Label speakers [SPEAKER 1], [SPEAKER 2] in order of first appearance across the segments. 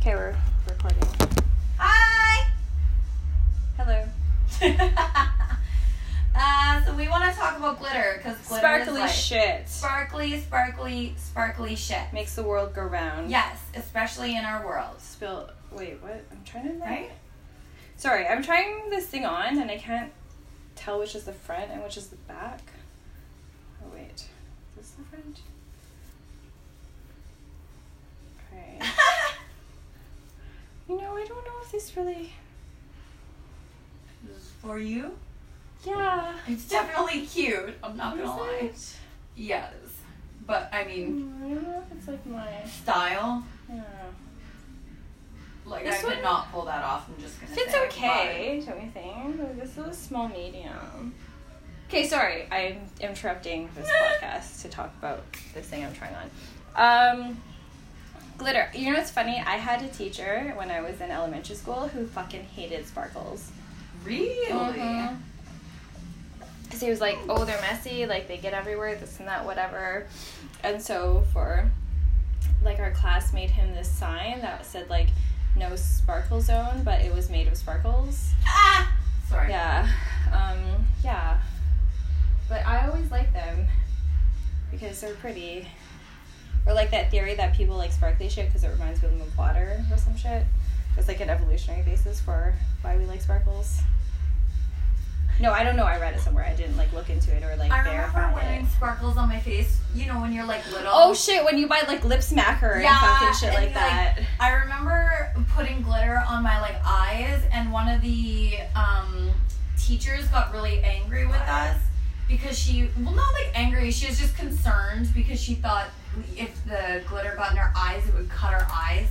[SPEAKER 1] Okay, we're recording.
[SPEAKER 2] Hi!
[SPEAKER 1] Hello.
[SPEAKER 2] uh, so we want to talk about glitter because glitter is
[SPEAKER 1] Sparkly
[SPEAKER 2] life.
[SPEAKER 1] shit
[SPEAKER 2] Sparkly, sparkly, sparkly shit.
[SPEAKER 1] makes the world go round.
[SPEAKER 2] Yes, especially in our world,
[SPEAKER 1] Spill. Wait, what? I'm trying to.
[SPEAKER 2] right?
[SPEAKER 1] Sorry, I'm trying this thing on and I can't tell which is the front and which is the back. Oh wait, is this the front? Okay. You know, I don't know if this really.
[SPEAKER 2] For you,
[SPEAKER 1] Yeah.
[SPEAKER 2] it's definitely cute. I'm not gonna lie.
[SPEAKER 1] Is it?
[SPEAKER 2] Yes, but I mean,
[SPEAKER 1] Hmm, I don't know if it's like my.
[SPEAKER 2] style.
[SPEAKER 1] Yeah.
[SPEAKER 2] Like
[SPEAKER 1] This
[SPEAKER 2] I could
[SPEAKER 1] one-
[SPEAKER 2] not pull that off. I'm just gonna.
[SPEAKER 1] Fits
[SPEAKER 2] say,
[SPEAKER 1] okay, don't you think? Like, this is a small medium. Okay, sorry, I'm interrupting this podcast to talk about this thing I'm trying on. Um, glitter. You know what's funny? I had a teacher when I was in elementary school who fucking hated sparkles.
[SPEAKER 2] but- Really?
[SPEAKER 1] Mhm. Because he was like, oh, they're messy, like they get everywhere, this and that, whatever. And so for like our class made him this sign that said like no sparkle zone, but it was made of sparkles.
[SPEAKER 2] Ah! Sorry.
[SPEAKER 1] Yeah. Um, yeah. But I always like them because they're pretty. Or like that theory that people like sparkly shit because it reminds them of water or some shit. It's like an evolutionary basis for why we like sparkles. No, I don't know. I read it somewhere. I didn't like look into it or like
[SPEAKER 2] I remember
[SPEAKER 1] verify it.
[SPEAKER 2] wearing sparkles on my face. You know when you're like little.
[SPEAKER 1] Oh shit! When you buy like lip smacker and fucking shit
[SPEAKER 2] and
[SPEAKER 1] like
[SPEAKER 2] you,
[SPEAKER 1] that.
[SPEAKER 2] I remember putting glitter on my like eyes, and one of the um, teachers got really angry with us because she, well, not like angry. She was just concerned because she thought if the glitter got in her eyes, it would cut her eyes.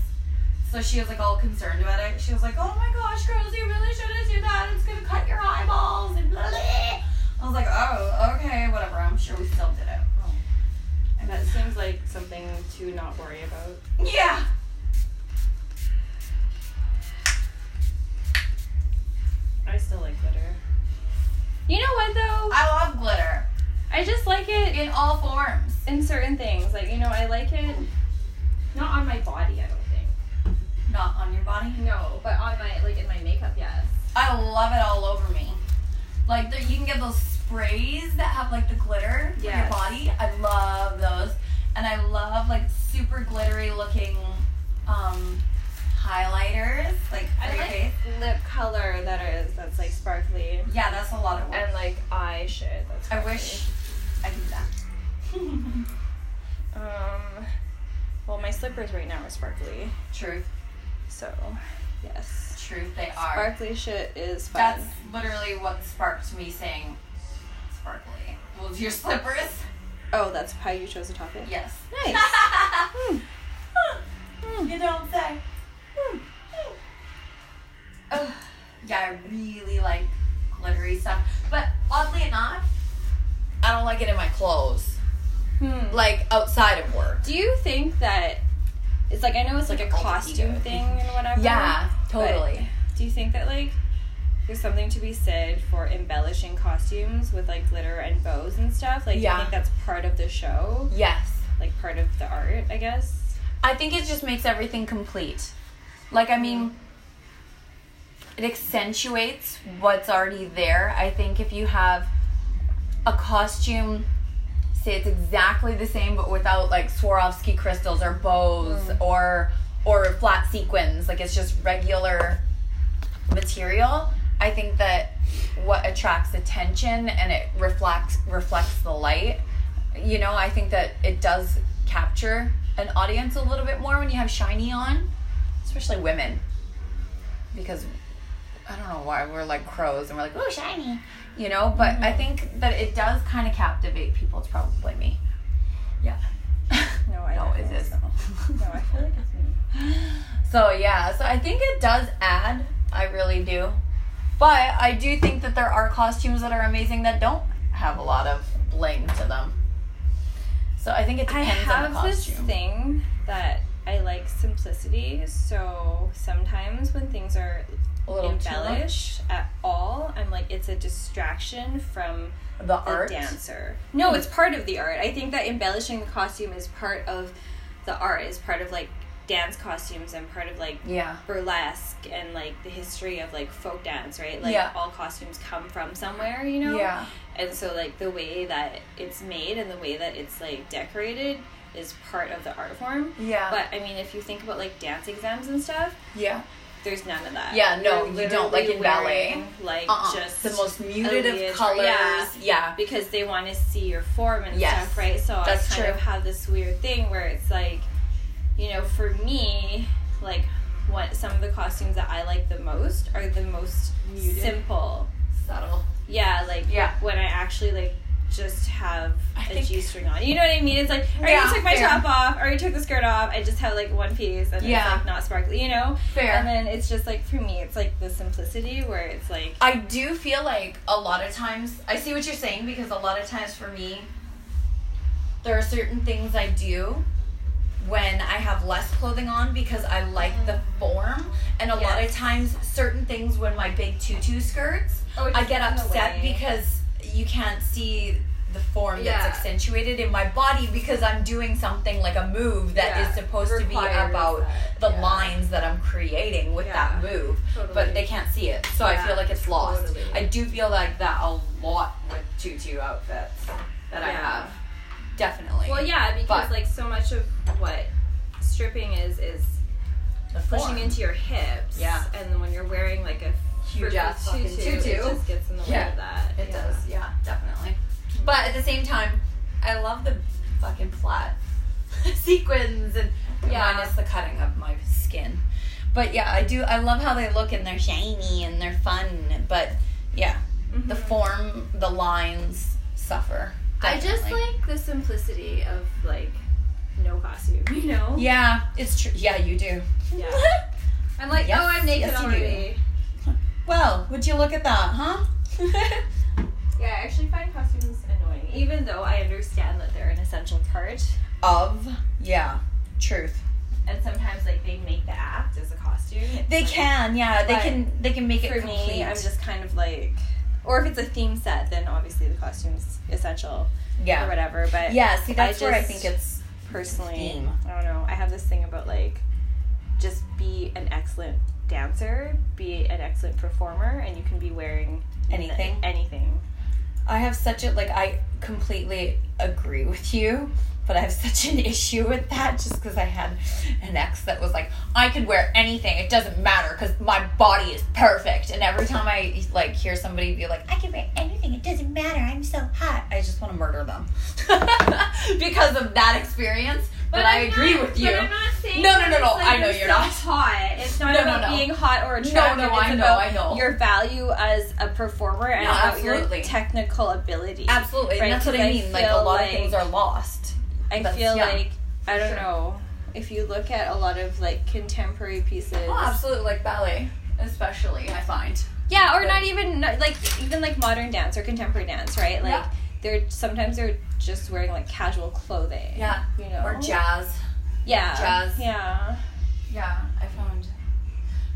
[SPEAKER 2] So she was like all concerned about it. She was like, "Oh my gosh, girls, you really shouldn't do that. It's gonna cut your eyeballs." And blah, blah. I was like, "Oh, okay, whatever. I'm sure we still did it." Oh. And
[SPEAKER 1] that
[SPEAKER 2] that's
[SPEAKER 1] seems like something to not worry about.
[SPEAKER 2] yeah.
[SPEAKER 1] I still like glitter. You know what though?
[SPEAKER 2] I love glitter.
[SPEAKER 1] I just like it
[SPEAKER 2] in all forms.
[SPEAKER 1] in certain things. Like, you know, I like it not on my body, I don't think.
[SPEAKER 2] Not on your body.
[SPEAKER 1] No, but on my like in my makeup, yes.
[SPEAKER 2] I love it all over me. Like there, you can get those sprays that have like the glitter for your
[SPEAKER 1] Yes.
[SPEAKER 2] body. I love those, and I love like super glittery looking um, highlighters like for
[SPEAKER 1] I
[SPEAKER 2] your
[SPEAKER 1] like
[SPEAKER 2] face.
[SPEAKER 1] lip color that is that's like sparkly.
[SPEAKER 2] Yeah, that's a lot of work.
[SPEAKER 1] And like eye shit that's
[SPEAKER 2] I wish I could do that.
[SPEAKER 1] sparkly. um well my slippers right now are sparkly.
[SPEAKER 2] truth,
[SPEAKER 1] So yes.
[SPEAKER 2] truth, they are.
[SPEAKER 1] Sparkly shit is fun.
[SPEAKER 2] That's literally what sparked me saying sparkly. Well, your slippers.
[SPEAKER 1] oh, that's how you chose the topic?
[SPEAKER 2] Yes.
[SPEAKER 1] Nice. Hmm.
[SPEAKER 2] You don't say. Ugh. yeah, I really like glittery stuff. But oddly enough, I don't like it in my clothes.
[SPEAKER 1] Hmm.
[SPEAKER 2] Like outside of work.
[SPEAKER 1] Do you think that it's like I know it's like a
[SPEAKER 2] Like alter
[SPEAKER 1] costume
[SPEAKER 2] ego.
[SPEAKER 1] thing and whatever.
[SPEAKER 2] Yeah,
[SPEAKER 1] but
[SPEAKER 2] totally.
[SPEAKER 1] do you think that like there's something to be said for embellishing costumes with like glitter and bows and stuff? Like do you
[SPEAKER 2] Yeah.
[SPEAKER 1] think that's part of the show,
[SPEAKER 2] Yes.
[SPEAKER 1] like part of the art, I guess.
[SPEAKER 2] I think it just makes everything complete. Like, I mean, it accentuates what's already there. I think if you have a costume, say it's exactly the same but without like Swarovski crystals or bows or or flat sequins, like it's just regular material. I think that what attracts attention and it reflects reflects the light. You know, I think that it does capture an audience a little bit more when you have shiny on, especially women, because I don't know why we're like crows and we're like oh shiny, you know. But I
[SPEAKER 1] Mm-hmm.
[SPEAKER 2] think that it does kind of captivate people. It's probably me. Yeah.
[SPEAKER 1] No, I
[SPEAKER 2] no,
[SPEAKER 1] don't
[SPEAKER 2] it
[SPEAKER 1] think
[SPEAKER 2] is.
[SPEAKER 1] so. No, I feel like it's me.
[SPEAKER 2] So yeah, so I think it does add. I really do. But I do think that there are costumes that are amazing that don't have a lot of bling to them. So I think it
[SPEAKER 1] I
[SPEAKER 2] depends on
[SPEAKER 1] have
[SPEAKER 2] the
[SPEAKER 1] this
[SPEAKER 2] costume.
[SPEAKER 1] thing that I like simplicity. So sometimes when things are
[SPEAKER 2] a little too
[SPEAKER 1] embellished at all, I'm like it's a distraction from
[SPEAKER 2] much. The
[SPEAKER 1] the
[SPEAKER 2] art.
[SPEAKER 1] dancer. No, it's part of the art. I think that embellishing the costume is part of the art. Is part of like dance costumes and part of like
[SPEAKER 2] Yeah.
[SPEAKER 1] burlesque and like the history of like folk dance, right? Like
[SPEAKER 2] Yeah.
[SPEAKER 1] all costumes come from somewhere, you know?
[SPEAKER 2] Yeah.
[SPEAKER 1] And so like the way that it's made and the way that it's like decorated is part of the art form.
[SPEAKER 2] Yeah.
[SPEAKER 1] But I mean if you think about like dance exams and stuff,
[SPEAKER 2] Yeah.
[SPEAKER 1] there's none of that.
[SPEAKER 2] Yeah, no,
[SPEAKER 1] They're
[SPEAKER 2] you don't, like in
[SPEAKER 1] literally
[SPEAKER 2] ballet.
[SPEAKER 1] wearing, Like
[SPEAKER 2] Uh-uh.
[SPEAKER 1] just
[SPEAKER 2] the most muted
[SPEAKER 1] alleviate-
[SPEAKER 2] of colors.
[SPEAKER 1] yeah.
[SPEAKER 2] yeah.
[SPEAKER 1] because they want to see your form and
[SPEAKER 2] Yes.
[SPEAKER 1] stuff, right? So
[SPEAKER 2] That's
[SPEAKER 1] I kind
[SPEAKER 2] true.
[SPEAKER 1] of have this weird thing where it's like, you know, for me, like what some of the costumes that I like the most are the most
[SPEAKER 2] Muted.
[SPEAKER 1] simple.
[SPEAKER 2] Subtle.
[SPEAKER 1] Yeah, like
[SPEAKER 2] Yeah.
[SPEAKER 1] when I actually like just have
[SPEAKER 2] I
[SPEAKER 1] a
[SPEAKER 2] think-
[SPEAKER 1] G string on. You know what I mean? It's like I already
[SPEAKER 2] Yeah,
[SPEAKER 1] took my
[SPEAKER 2] fair.
[SPEAKER 1] top off, I already took the skirt off, I just have like one piece and
[SPEAKER 2] Yeah.
[SPEAKER 1] it's like not sparkly, you know?
[SPEAKER 2] Fair.
[SPEAKER 1] And then it's just like for me it's like the simplicity where it's like
[SPEAKER 2] I do feel like a lot of times I see what you're saying because a lot of times for me there are certain things I do when I have less clothing on because I like the form and a lot of
[SPEAKER 1] Mm-hmm. Yes.
[SPEAKER 2] times certain things when my big tutu skirts
[SPEAKER 1] Oh, it
[SPEAKER 2] I
[SPEAKER 1] just
[SPEAKER 2] get
[SPEAKER 1] comes
[SPEAKER 2] upset
[SPEAKER 1] away.
[SPEAKER 2] because you can't see the form
[SPEAKER 1] Yeah.
[SPEAKER 2] that's accentuated in my body because I'm doing something like a move that is
[SPEAKER 1] Yeah.
[SPEAKER 2] supposed to be
[SPEAKER 1] Requires
[SPEAKER 2] about
[SPEAKER 1] that,
[SPEAKER 2] the
[SPEAKER 1] yeah.
[SPEAKER 2] lines that I'm creating with that
[SPEAKER 1] Yeah.
[SPEAKER 2] move
[SPEAKER 1] Totally.
[SPEAKER 2] but they can't see it. So I
[SPEAKER 1] Yeah,
[SPEAKER 2] feel like it's lost.
[SPEAKER 1] totally.
[SPEAKER 2] I do feel like that a lot with tutu outfits that I
[SPEAKER 1] Yeah.
[SPEAKER 2] have. Definitely.
[SPEAKER 1] Well, yeah, because
[SPEAKER 2] But-
[SPEAKER 1] like so much of what stripping is is
[SPEAKER 2] The form.
[SPEAKER 1] pushing into your hips.
[SPEAKER 2] Yeah.
[SPEAKER 1] and then when you're wearing like a
[SPEAKER 2] Huge
[SPEAKER 1] freaking
[SPEAKER 2] ass fucking
[SPEAKER 1] it
[SPEAKER 2] tutu.
[SPEAKER 1] just gets in the way
[SPEAKER 2] Yeah,
[SPEAKER 1] of that.
[SPEAKER 2] It
[SPEAKER 1] Yeah.
[SPEAKER 2] does, yeah, definitely. But at the same time, I love the fucking flat sequins and
[SPEAKER 1] Yeah.
[SPEAKER 2] minus the cutting of my skin. But yeah, I do. I love how they look and they're shiny and they're fun. But yeah, the
[SPEAKER 1] Mhm.
[SPEAKER 2] form, the lines suffer.
[SPEAKER 1] I just
[SPEAKER 2] definitely.
[SPEAKER 1] like the simplicity of like no costume. You know.
[SPEAKER 2] Yeah, it's true. Yeah, you do.
[SPEAKER 1] Yeah. I'm like,
[SPEAKER 2] Yes,
[SPEAKER 1] oh, I'm naked
[SPEAKER 2] yes, you do.
[SPEAKER 1] already.
[SPEAKER 2] well, would you look at that, huh?
[SPEAKER 1] Yeah, I actually find costumes annoying, even though I understand that they're an essential part.
[SPEAKER 2] of, yeah, truth.
[SPEAKER 1] And sometimes, like, they make the act as a costume. It's
[SPEAKER 2] They
[SPEAKER 1] like-
[SPEAKER 2] can, yeah, they
[SPEAKER 1] But
[SPEAKER 2] can, they can make it
[SPEAKER 1] for
[SPEAKER 2] complete.
[SPEAKER 1] me, I'm just kind of like, or if it's a theme set, then obviously the costume's essential or
[SPEAKER 2] yeah,
[SPEAKER 1] whatever. But
[SPEAKER 2] yeah. See, that's where I
[SPEAKER 1] just
[SPEAKER 2] think it's
[SPEAKER 1] personally,
[SPEAKER 2] theme.
[SPEAKER 1] I don't know. I have this thing about like, just be an excellent dancer, be an excellent performer, and you can be wearing
[SPEAKER 2] Anything.
[SPEAKER 1] anything.
[SPEAKER 2] I have such a like I completely agree with you, but I have such an issue with that just because I had an ex that was like, I could wear anything, it doesn't matter because my body is perfect. And every time I like hear somebody be like, I can wear anything, it doesn't matter, I'm so hot, I just want to murder them because of that experience. But, I
[SPEAKER 1] I'm
[SPEAKER 2] agree
[SPEAKER 1] not-
[SPEAKER 2] with you.
[SPEAKER 1] But I'm not saying
[SPEAKER 2] No, no,
[SPEAKER 1] that
[SPEAKER 2] no, no,
[SPEAKER 1] it's, like,
[SPEAKER 2] I know you're not.
[SPEAKER 1] self hot. It's not
[SPEAKER 2] No, no,
[SPEAKER 1] about
[SPEAKER 2] no.
[SPEAKER 1] being hot or
[SPEAKER 2] no,
[SPEAKER 1] attractive.
[SPEAKER 2] I
[SPEAKER 1] it's
[SPEAKER 2] know,
[SPEAKER 1] about
[SPEAKER 2] I know.
[SPEAKER 1] Your value as a performer and
[SPEAKER 2] No,
[SPEAKER 1] about
[SPEAKER 2] absolutely.
[SPEAKER 1] your technical ability.
[SPEAKER 2] Absolutely,
[SPEAKER 1] Right,
[SPEAKER 2] and that's what
[SPEAKER 1] 'cause
[SPEAKER 2] I
[SPEAKER 1] I
[SPEAKER 2] mean. Like a
[SPEAKER 1] feel
[SPEAKER 2] lot
[SPEAKER 1] like-
[SPEAKER 2] of things are lost.
[SPEAKER 1] I
[SPEAKER 2] That's-
[SPEAKER 1] feel
[SPEAKER 2] yeah.
[SPEAKER 1] like I don't
[SPEAKER 2] Sure.
[SPEAKER 1] know if you look at a lot of like contemporary pieces.
[SPEAKER 2] Oh, absolutely, like ballet, especially I find.
[SPEAKER 1] Yeah, or
[SPEAKER 2] But-
[SPEAKER 1] not even not- like even like modern dance or contemporary dance, right? Like
[SPEAKER 2] Yeah.
[SPEAKER 1] they're sometimes they're just wearing like casual clothing.
[SPEAKER 2] Yeah.
[SPEAKER 1] you know,
[SPEAKER 2] Or jazz.
[SPEAKER 1] Yeah,
[SPEAKER 2] jazz.
[SPEAKER 1] Yeah,
[SPEAKER 2] Yeah, I found.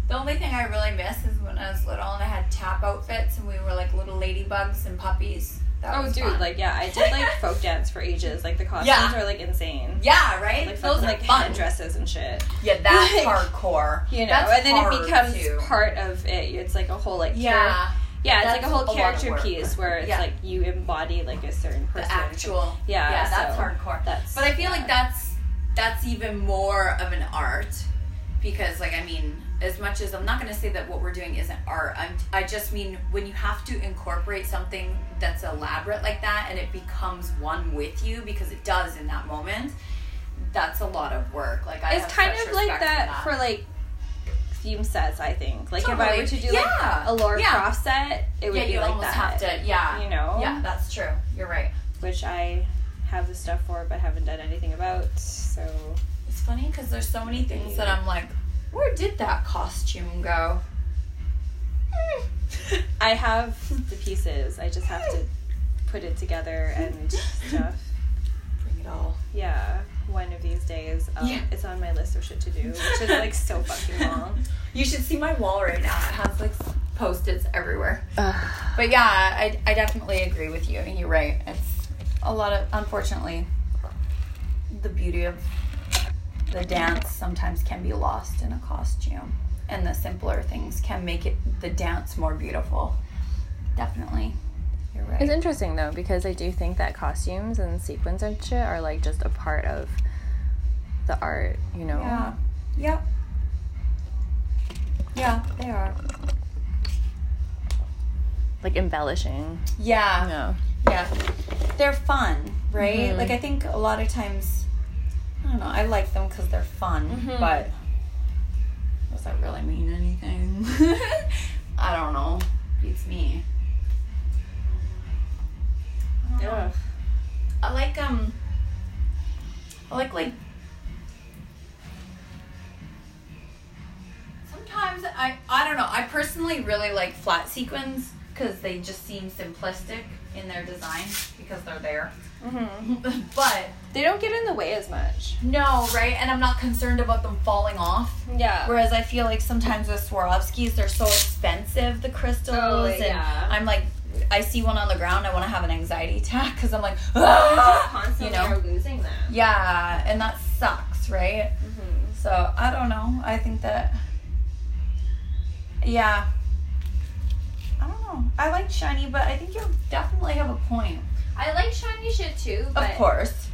[SPEAKER 2] The only thing I really miss is when I was little and I had tap outfits and we were like little ladybugs and puppies. That
[SPEAKER 1] Oh,
[SPEAKER 2] was
[SPEAKER 1] dude,
[SPEAKER 2] fun.
[SPEAKER 1] like yeah, I did like folk dance for ages. Like the costumes
[SPEAKER 2] Yeah.
[SPEAKER 1] are like insane.
[SPEAKER 2] yeah, right?
[SPEAKER 1] Like
[SPEAKER 2] Those
[SPEAKER 1] fucking,
[SPEAKER 2] are
[SPEAKER 1] like
[SPEAKER 2] fun.
[SPEAKER 1] dresses and shit.
[SPEAKER 2] Yeah,
[SPEAKER 1] Like,
[SPEAKER 2] that's hardcore.
[SPEAKER 1] You know,
[SPEAKER 2] That's
[SPEAKER 1] and then
[SPEAKER 2] hard,
[SPEAKER 1] it becomes
[SPEAKER 2] too.
[SPEAKER 1] part of it. It's like a whole like char-
[SPEAKER 2] Yeah,
[SPEAKER 1] yeah, it's
[SPEAKER 2] That's
[SPEAKER 1] like a whole
[SPEAKER 2] a lot of
[SPEAKER 1] character
[SPEAKER 2] work.
[SPEAKER 1] piece where it's
[SPEAKER 2] Yeah.
[SPEAKER 1] like you embody like a certain
[SPEAKER 2] the
[SPEAKER 1] person.
[SPEAKER 2] actual.
[SPEAKER 1] Yeah,
[SPEAKER 2] yeah, that's
[SPEAKER 1] so
[SPEAKER 2] hardcore.
[SPEAKER 1] That's
[SPEAKER 2] But I feel like
[SPEAKER 1] yeah.
[SPEAKER 2] that's that's even more of an art because like I mean, as much as I'm not going to say that what we're doing isn't art. I'm I just mean when you have to incorporate something that's elaborate like that and it becomes one with you because it does in that moment. That's a lot of work. Like I have
[SPEAKER 1] it's kind
[SPEAKER 2] such
[SPEAKER 1] of like
[SPEAKER 2] respect
[SPEAKER 1] that,
[SPEAKER 2] for
[SPEAKER 1] for like theme sets. I think like if I
[SPEAKER 2] Totally.
[SPEAKER 1] were to do
[SPEAKER 2] Yeah.
[SPEAKER 1] like a Laura
[SPEAKER 2] Yeah.
[SPEAKER 1] Croft set, it would
[SPEAKER 2] yeah,
[SPEAKER 1] be
[SPEAKER 2] you
[SPEAKER 1] like
[SPEAKER 2] almost
[SPEAKER 1] that.
[SPEAKER 2] have to. Yeah,
[SPEAKER 1] you know?
[SPEAKER 2] Yeah, that's true. You're right.
[SPEAKER 1] Which I have the stuff for, but haven't done anything about. So
[SPEAKER 2] It's funny because there's so many things that I'm like, where did that costume go? Hmm.
[SPEAKER 1] I have the pieces. I just have to put it together and stuff.
[SPEAKER 2] Bring it all.
[SPEAKER 1] Yeah, one of these days. Um,
[SPEAKER 2] Yeah.
[SPEAKER 1] It's on my list of shit to do, which is like so fucking long.
[SPEAKER 2] You should see my wall right now. It has like post its everywhere. But yeah, I, I definitely agree with you. You're right. It's a lot of, unfortunately, the beauty of the dance sometimes can be lost in a costume, and the simpler things can make it the dance more beautiful. Definitely, you're right.
[SPEAKER 3] It's interesting though because I do think that costumes and sequins and shit are like just a part of the art, you know.
[SPEAKER 2] Yeah. Yep. Yeah, they are.
[SPEAKER 3] Like embellishing.
[SPEAKER 2] Yeah.
[SPEAKER 3] No.
[SPEAKER 2] Yeah. They're fun, right? Like I think a lot of times I don't know, I like them cuz they're fun, but does that really mean anything? I don't know. Beats me. I don't know.
[SPEAKER 1] Ugh.
[SPEAKER 2] I like um I like like sometimes I I don't know I personally really like flat sequins because they just seem simplistic in their design because they're there
[SPEAKER 3] Mm-hmm.
[SPEAKER 2] but
[SPEAKER 1] They don't get in the way as much.
[SPEAKER 2] no right and I'm not concerned about them falling off
[SPEAKER 1] Yeah.
[SPEAKER 2] whereas I feel like sometimes with Swarovskis they're so expensive the crystals
[SPEAKER 1] Oh,
[SPEAKER 2] and
[SPEAKER 1] yeah.
[SPEAKER 2] I'm like I see one on the ground I want to have an anxiety attack because I'm like ah! you know
[SPEAKER 1] losing them.
[SPEAKER 2] yeah, and that sucks, right?
[SPEAKER 3] Mm-hmm.
[SPEAKER 2] So I don't know. I think that. Yeah. I don't know. I like shiny, but I think you definitely have a point.
[SPEAKER 1] I like shiny shit too,
[SPEAKER 2] of course,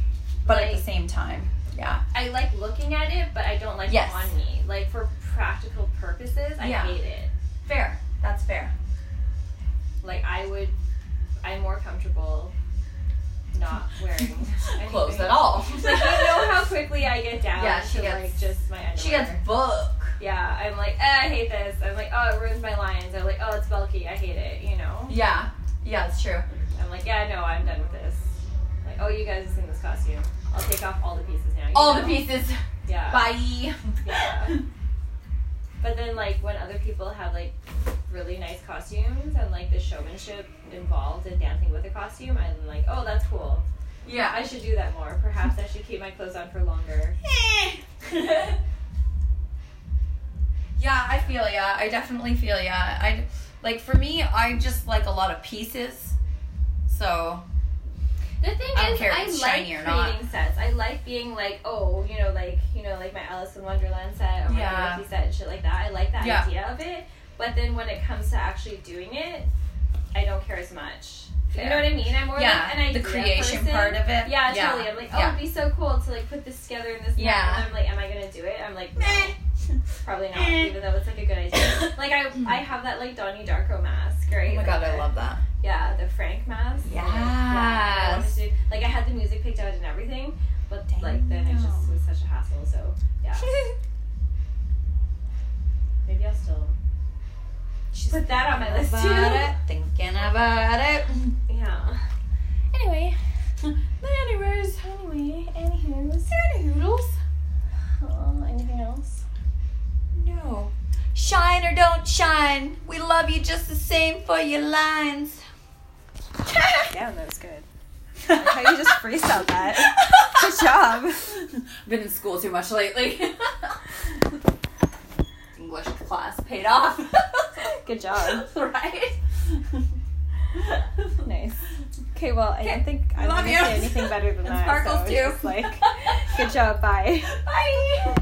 [SPEAKER 2] but at the
[SPEAKER 1] like-
[SPEAKER 2] same time, yeah.
[SPEAKER 1] I like looking at it, but I don't like
[SPEAKER 2] Yes. on
[SPEAKER 1] me. Like for practical purposes,
[SPEAKER 2] I Yeah. hate
[SPEAKER 1] it.
[SPEAKER 2] Fair. That's fair.
[SPEAKER 1] Like I would, I'm more comfortable not wearing
[SPEAKER 2] Clothes at all.
[SPEAKER 1] Like you know how quickly I get down
[SPEAKER 2] Yeah, she
[SPEAKER 1] to
[SPEAKER 2] gets-
[SPEAKER 1] like just my underwear.
[SPEAKER 2] she gets book.
[SPEAKER 1] yeah, I'm like, eh, I hate this. I'm like, oh, it ruins my lines. I'm like, oh, it's bulky. I hate it. You know.
[SPEAKER 2] Yeah. Yeah, it's true.
[SPEAKER 1] I'm like, yeah, no, I'm done with this. Like, oh, you guys have seen this costume. I'll take off all the pieces now. you
[SPEAKER 2] All the
[SPEAKER 1] know?
[SPEAKER 2] pieces.
[SPEAKER 1] Yeah.
[SPEAKER 2] Bye.
[SPEAKER 1] Yeah. But then, like, when other people have like really nice costumes and like the showmanship involved in dancing with a costume, I'm like, oh, that's cool.
[SPEAKER 2] yeah.
[SPEAKER 1] I should do that more. Perhaps I should keep my clothes on for longer.
[SPEAKER 2] yeah, I feel ya. I definitely feel ya. I like for me, I just like a lot of pieces. So
[SPEAKER 1] The thing
[SPEAKER 2] I don't
[SPEAKER 1] is,
[SPEAKER 2] care if
[SPEAKER 1] I
[SPEAKER 2] it's
[SPEAKER 1] like
[SPEAKER 2] shiny or
[SPEAKER 1] creating
[SPEAKER 2] not.
[SPEAKER 1] sets. I like being like, oh, you know, like you know, like my Alice in Wonderland set or my
[SPEAKER 2] Yeah.
[SPEAKER 1] Dorothy set and shit like that. I like that
[SPEAKER 2] Yeah.
[SPEAKER 1] idea of it. But then when it comes to actually doing it, I don't care as much. You
[SPEAKER 2] Fair.
[SPEAKER 1] know what I mean? I'm more
[SPEAKER 2] Yeah,
[SPEAKER 1] like an idea
[SPEAKER 2] the creation
[SPEAKER 1] person.
[SPEAKER 2] part of it.
[SPEAKER 1] Yeah,
[SPEAKER 2] Yeah.
[SPEAKER 1] totally. I'm like, oh,
[SPEAKER 2] Yeah.
[SPEAKER 1] it'd be so cool to like put this together in this. and that.
[SPEAKER 2] Yeah.
[SPEAKER 1] And I'm like, am I gonna do it? I'm like, no,
[SPEAKER 2] meh.
[SPEAKER 1] probably not.
[SPEAKER 2] Eh.
[SPEAKER 1] Even though it's like a good idea. Like I, I have that like Donnie Darko mask, right?
[SPEAKER 2] oh my
[SPEAKER 1] Like
[SPEAKER 2] god, I
[SPEAKER 1] the-
[SPEAKER 2] love that.
[SPEAKER 1] yeah, the Frank mask. Yeah,
[SPEAKER 2] Yes.
[SPEAKER 1] I wanted to do- like I had the music picked out and everything, but like then it just
[SPEAKER 2] Damn.
[SPEAKER 1] was such a hassle. So yeah, maybe I'll still
[SPEAKER 2] She's
[SPEAKER 1] Put that on my
[SPEAKER 2] thinking
[SPEAKER 1] list, too.
[SPEAKER 2] about It, thinking about it.
[SPEAKER 1] yeah.
[SPEAKER 2] Anyway, anyways,
[SPEAKER 1] Anyway, anywho's
[SPEAKER 2] noodles.
[SPEAKER 1] uh, anything else?
[SPEAKER 2] No. Shine or don't shine, we love you just the same for your lines.
[SPEAKER 3] Yeah, that was good.
[SPEAKER 2] How
[SPEAKER 3] you just freestyled that. Good job.
[SPEAKER 2] Been in school too much lately. English class paid off.
[SPEAKER 3] Good job.
[SPEAKER 2] right?
[SPEAKER 3] Nice. Okay, well, I don't think I'm
[SPEAKER 2] Love
[SPEAKER 3] gonna
[SPEAKER 2] you.
[SPEAKER 3] say anything better than
[SPEAKER 2] And
[SPEAKER 3] that. so
[SPEAKER 2] sparkles
[SPEAKER 3] it's
[SPEAKER 2] too.
[SPEAKER 3] just like, good job. Bye.
[SPEAKER 2] Bye.